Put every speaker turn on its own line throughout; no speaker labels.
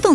懂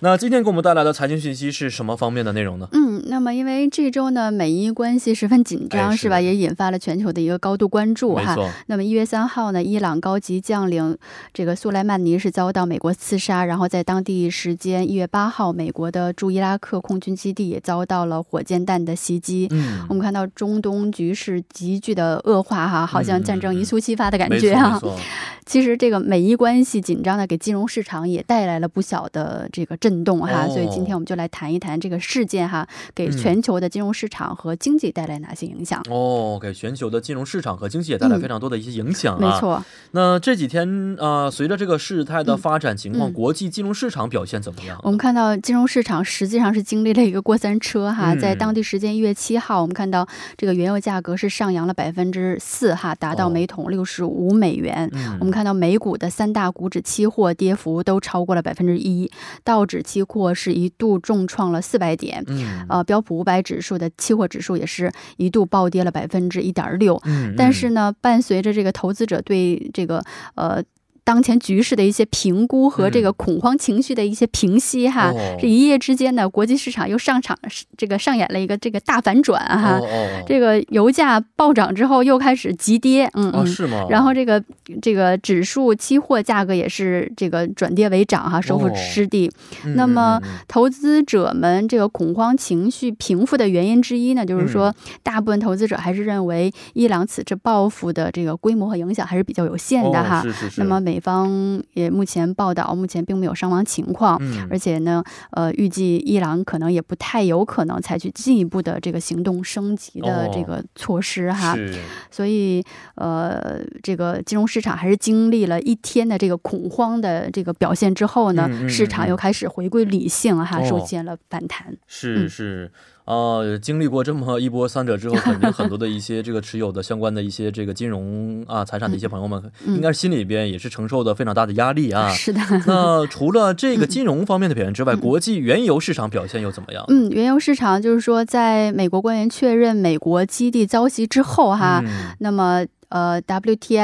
那今天给我们带来的财经讯息是什么方面的内容呢？
嗯，那么因为这周呢，美伊关系十分紧张，
哎是
是吧？也引发了全球的一个高度关注
没
哈。
错，
那么一月三号呢，伊朗高级将领这个苏莱曼尼是遭到美国刺杀，然后在当地时间一月八号，美国的驻伊拉克空军基地也遭到了火箭弹的袭击。我
嗯，
们看到中东局势急剧的恶化哈，好
嗯
像战争一触即发的感
没
觉
错
啊
没。 错，嗯
其实这个美伊关系紧张呢，给金融市场也带来了不小的这个震动哈。
哦嗯
所以今天我们就来谈一谈这个事件哈，给全球的金融市场和经济带来哪些影响。
哦，给全球的金融市场和经济也带来
嗯
非常多的一些影响啊。
没错，
那这几天啊、呃随着这个事态的发展情况、
嗯嗯
国际金融市场表现怎么样？
我们看到金融市场实际上是经历了一个过山车哈，
嗯
在当地时间一月七号，我们看到这个原油价格是上扬了百分之四哈，达到
哦
每桶六十五美元。
嗯
我们看到美股的三大股指期货跌幅都超过了百分之一，道指期货是一度重创了四百点，
嗯
呃，标普五百指数的期货指数也是一度暴跌了百分之一点六。
嗯，
但是呢，伴随着这个投资者对这个呃当前局势的一些评估和这
嗯
个恐慌情绪的一些平息哈，
哦
这一夜之间呢，国际市场又上场这个上演了一个这个大反转啊哈、
哦哦
这个油价暴涨之后又开始急跌，嗯
哦
嗯。
是吗？
然后这个这个指数期货价格也是这个转跌为涨哈，收复
哦
失地。
嗯
那么
嗯嗯嗯
投资者们这个恐慌情绪平复的原因之一呢，就是
嗯
说，大部分投资者还是认为伊朗此次报复的这个规模和影响还是比较有限的哈。
哦、是是是
那么美方也目前报道，目前并没有伤亡情况。
嗯
而且呢，呃，预计伊朗可能也不太有可能采取进一步的这个行动升级的这
哦
个措施哈，
是
所以呃，这个金融市场还是经历了一天的这个恐慌的这个表现之后呢，
嗯嗯嗯
市场又开始回归理性啊哈，
哦
出现了反弹。
是
嗯
是，呃，经历过这么一波三者之后，肯定很多的一些这个持有的相关的一些这个金融啊财产的一些朋友们，
嗯
应该是心里边也是承受的非常大的压力啊。
是的。
那除了这个金融方面的表现之外，
嗯
国际原油市场表现又怎么样？
嗯，原油市场就是说，在美国官员确认美国基地遭袭之后哈，
嗯
那么呃，WTI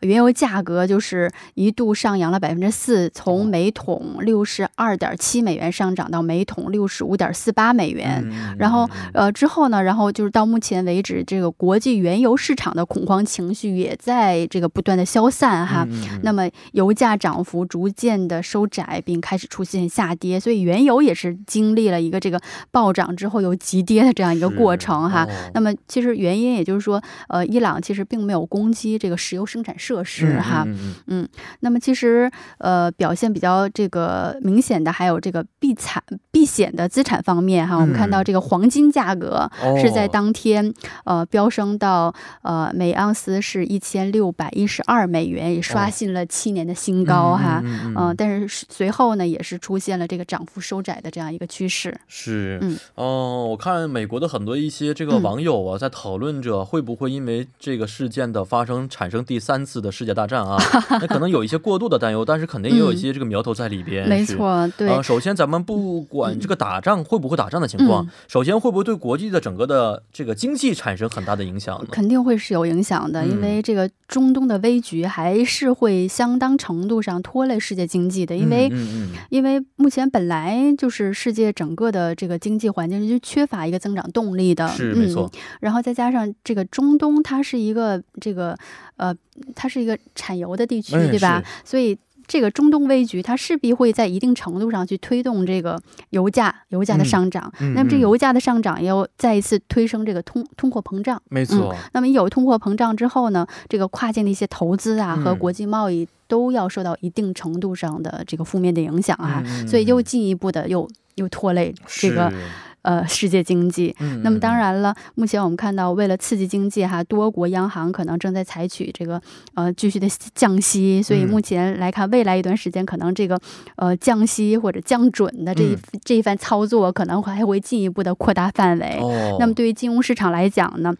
呃原油价格就是一度上扬了百分之四，
哦
从每桶六十二点七美元上涨到每桶六十五点四八美元。
嗯
然后
嗯，
呃，之后呢，然后就是到目前为止，这个国际原油市场的恐慌情绪也在这个不断的消散哈。
嗯嗯
那么油价涨幅逐渐的收窄，并开始出现下跌，所以原油也是经历了一个这个暴涨之后又急跌的这样一个过程哈。
是哦
那么其实原因也就是说，呃，伊朗其实并没有攻击这个石油生产设施
嗯
哈。
嗯嗯
那么其实呃，表现比较这个明显的还有这个避产避险的资产方面哈，我们看到
嗯
这个黄金价格。
嗯
是在
哦
当天，呃，飙升到呃每盎司是一千六百一十二美元，也刷
哦
新了七年的新高哈。
嗯
嗯
嗯嗯嗯
但是是随后呢，也是出现了这个涨幅收窄的这样一个趋势。
是，
嗯
哦，我看美国的很多一些这个
嗯
网友啊，在讨论着会不会因为这个事件的发生产生第三次的世界大战 啊？那可能有一些过度的担忧，但是肯定也有一
嗯
些这个苗头在里边。
没
是。
错，对，嗯
呃，首先咱们不管这个打仗会不会打仗的情况，首先会不会对国际的整个的这个经济产生很大的影响呢？
肯定会是有影响的，因
嗯
为这个中东的危局还是会相当程度上拖累世界经济的，因为、
嗯嗯
因为目前本来就是世界整个的这个经济环境是缺乏一个增长动力的，
嗯，是没错
嗯。，然后再加上这个中东，它是一个这个呃，它是一个产油的地区，
嗯
对吧？所以这个中东危局，它势必会在一定程度上去推动这个油价油价的上涨。
嗯嗯
那么这
嗯
油价的上涨又再一次推升这个通通货膨胀。
没错，
那么一有通货膨胀之后呢，这个跨境的一些投资啊
嗯
和国际贸易都要受到一定程度上的这个负面的影响啊，
嗯
所以又
嗯
进一步的又又拖累这个
是
呃世界经济。
嗯
那么当，然了，目前我们看到，为了刺激经济哈，多国央行可能正在采取这个呃继续的降息，所以
嗯
目前来看，未来一段时间可能这个呃降息或者降准的这一、
嗯
这一番操作，可能还会进一步的扩大范围。
哦，
那么对于金融市场来讲呢，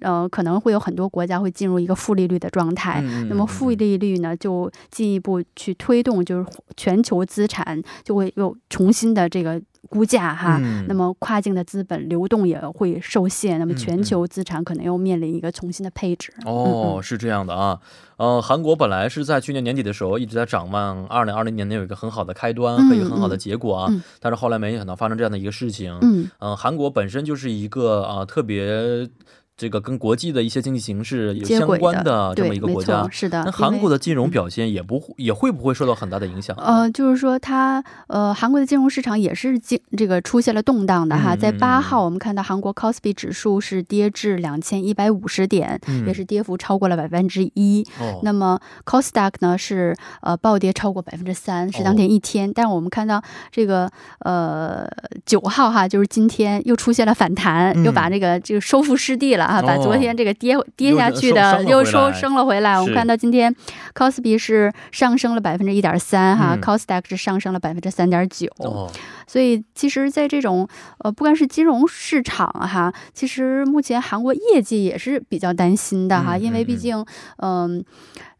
呃，可能会有很多国家会进入一个负利率的状态。
嗯，
那么
嗯
负利率呢，就进一步去推动，就是全球资产就会有重新的这个估价哈。
嗯
那么跨境的资本流动也会受限，那么
嗯
全球资产可能又面临一个重新的配置。
哦，是这样的啊，呃，韩国本来是在去年年底的时候一直在展望二零二零年能有一个很好的开端和一个很好的结果啊，
嗯嗯嗯
但是后来没想到发生这样的一个事情。
嗯
嗯、韩国本身就是一个啊、呃特别这个跟国际的一些经济形势有
接
相
轨
关
的
啊这
对，
么一个
没
国
错
家。
是的。
那韩国
的
的金融表现也不会也会不会受到很大的影响？
呃，就是说它呃，韩国的金融市场也是经这个出现了动荡的哈。
嗯
在
嗯
八
嗯
号，我们看到韩国 Kospi 指数是跌至两千一百五十点，
嗯
也是跌幅超过了百分之一。
哦，
嗯那么 c o s t a q 呢是呃暴跌超过百分之三，是当天
哦
一天。但我们看到这个呃九号哈，就是今天又出现了反弹，
嗯
又把这个这个收复失地了啊，
哦
把昨天这个跌跌
又
下
是
去
收
的
升了
又
回
收
来
升了回来。我们
是
看到今天 c o s p i 是上升了百分之一点三哈
嗯
c o s t a q 是上升了百分之三点九。
哦，
所以其实，在这种呃，不管是金融市场啊哈，其实目前韩国业绩也是比较担心的哈，
嗯
因为
嗯
毕
嗯
竟，嗯、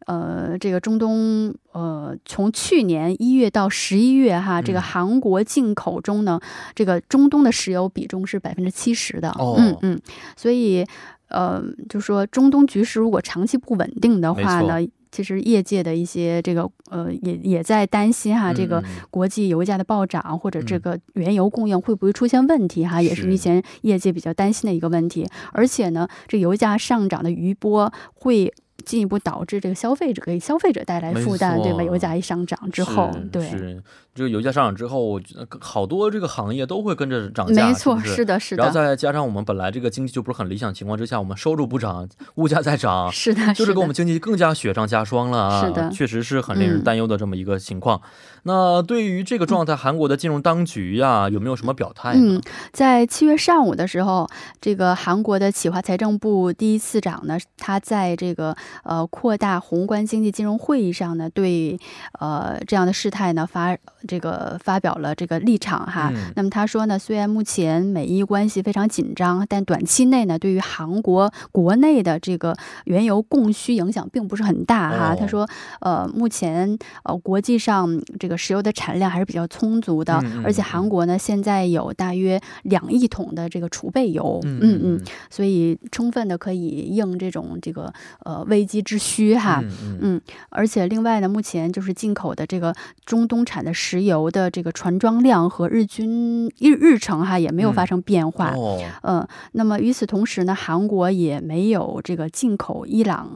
呃，这个中东呃，从去年一月到十一月哈，这个
嗯
韩国进口中呢，这个中东的石油比重是百分之七十的，
哦
嗯嗯，所以呃，就说中东局势如果长期不稳定的话呢。其实业界的一些这个呃，也也在担心哈，这个
嗯嗯嗯
国际油价的暴涨或者这
嗯
个原油供应会不会出现问题哈，也是
是
目前业界比较担心的一个问题。而且呢，这油价上涨的余波会。进一步导致这个消费者给消费者带来
没
负担，
错
对吧？油价一上涨之后
是，
对，
是这个油价上涨之后，我觉得好多这个行业都会跟着涨价，
没错，
是不
是的，是
然后
的，
再加上我们本来这个经济就不是很理想情况之下，我们收入不涨，物价在涨，
是的，
就是
的
给我们经济更加雪上加霜了啊！
是的嗯
确实是很令人担忧的这么一个情况。那对于这个状态，韩国的金融当局呀、有没有什么表态呢？
嗯，在七月上午的时候，这个韩国的企划财政部第一次长呢，他在这个呃扩大宏观经济金融会议上呢，对呃这样的事态呢发这个发表了这个立场哈。
嗯
那么他说呢，虽然目前美伊关系非常紧张，但短期内呢，对于韩国国内的这个原油供需影响并不是很大哈。
哦
他说，呃，目前呃国际上这个石油的产量还是比较充足的，
嗯嗯
而且
嗯
韩国呢现在有大约两亿桶的这个储备油，
嗯
嗯所以充分的可以应这种这个呃危机之需哈。
嗯嗯
嗯而且另外呢，目前就是进口的这个中东产的石油的这个船装量和日均日日程哈也没有发生变化。嗯
哦，
那么与此同时呢，韩国也没有这个进口伊朗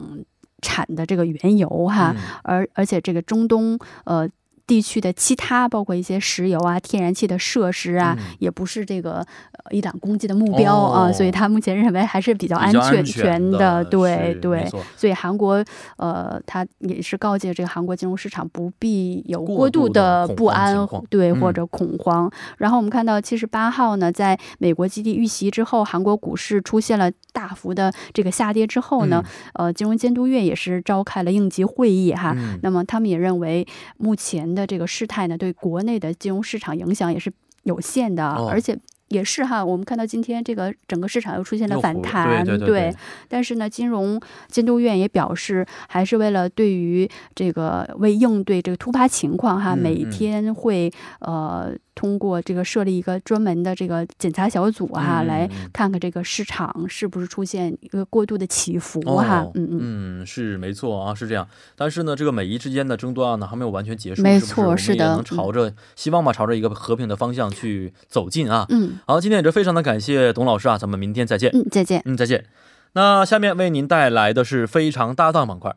产的这个原油哈，
嗯
而而且这个中东呃地区的其他包括一些石油啊、天然气的设施啊，
嗯
也不是这个呃伊朗攻击的目标啊、
哦
所以他目前认为还是比较
比
安
较
全
安全
的，
是
对
没
对。
错
所以韩国，呃，他也是告诫这个韩国金融市场不必有
过
过度
度的
的
恐
不
慌情
安
况，
对
嗯
或者恐慌。然后我们看到七十八号呢，在美国基地遇袭之后，韩国股市出现了大幅的这个下跌之后呢，呃，金融监督院也是召开了应急会议哈。
嗯
啊那么他们也认为，目前的这个事态呢，对国内的金融市场影响也是有限的，
哦
而且。也是哈，我们看到今天这个整个市场又出现了
又
反
活
弹，
对对对
但是呢，金融监督院也表示，还是为了对于这个为应对这个突发情况哈，
嗯
每
嗯
天会呃通过这个设立一个专门的这个检查小组哈，
嗯嗯
来
嗯
看看这个市场是不是出现一个过度的起伏哈，
哦
嗯嗯。
嗯，是没错啊，是这样。但是呢，这个美伊之间的争端啊呢还没有完全结束，
没
是不
错
是
是
我们也
的嗯
能朝着、希望吧，朝着一个和平的方向去走近啊。
嗯
好，今天也是非常的感谢董老师啊，咱们明天再见。
嗯，再见。
嗯，再见。那下面为您带来的是非常搭档板块。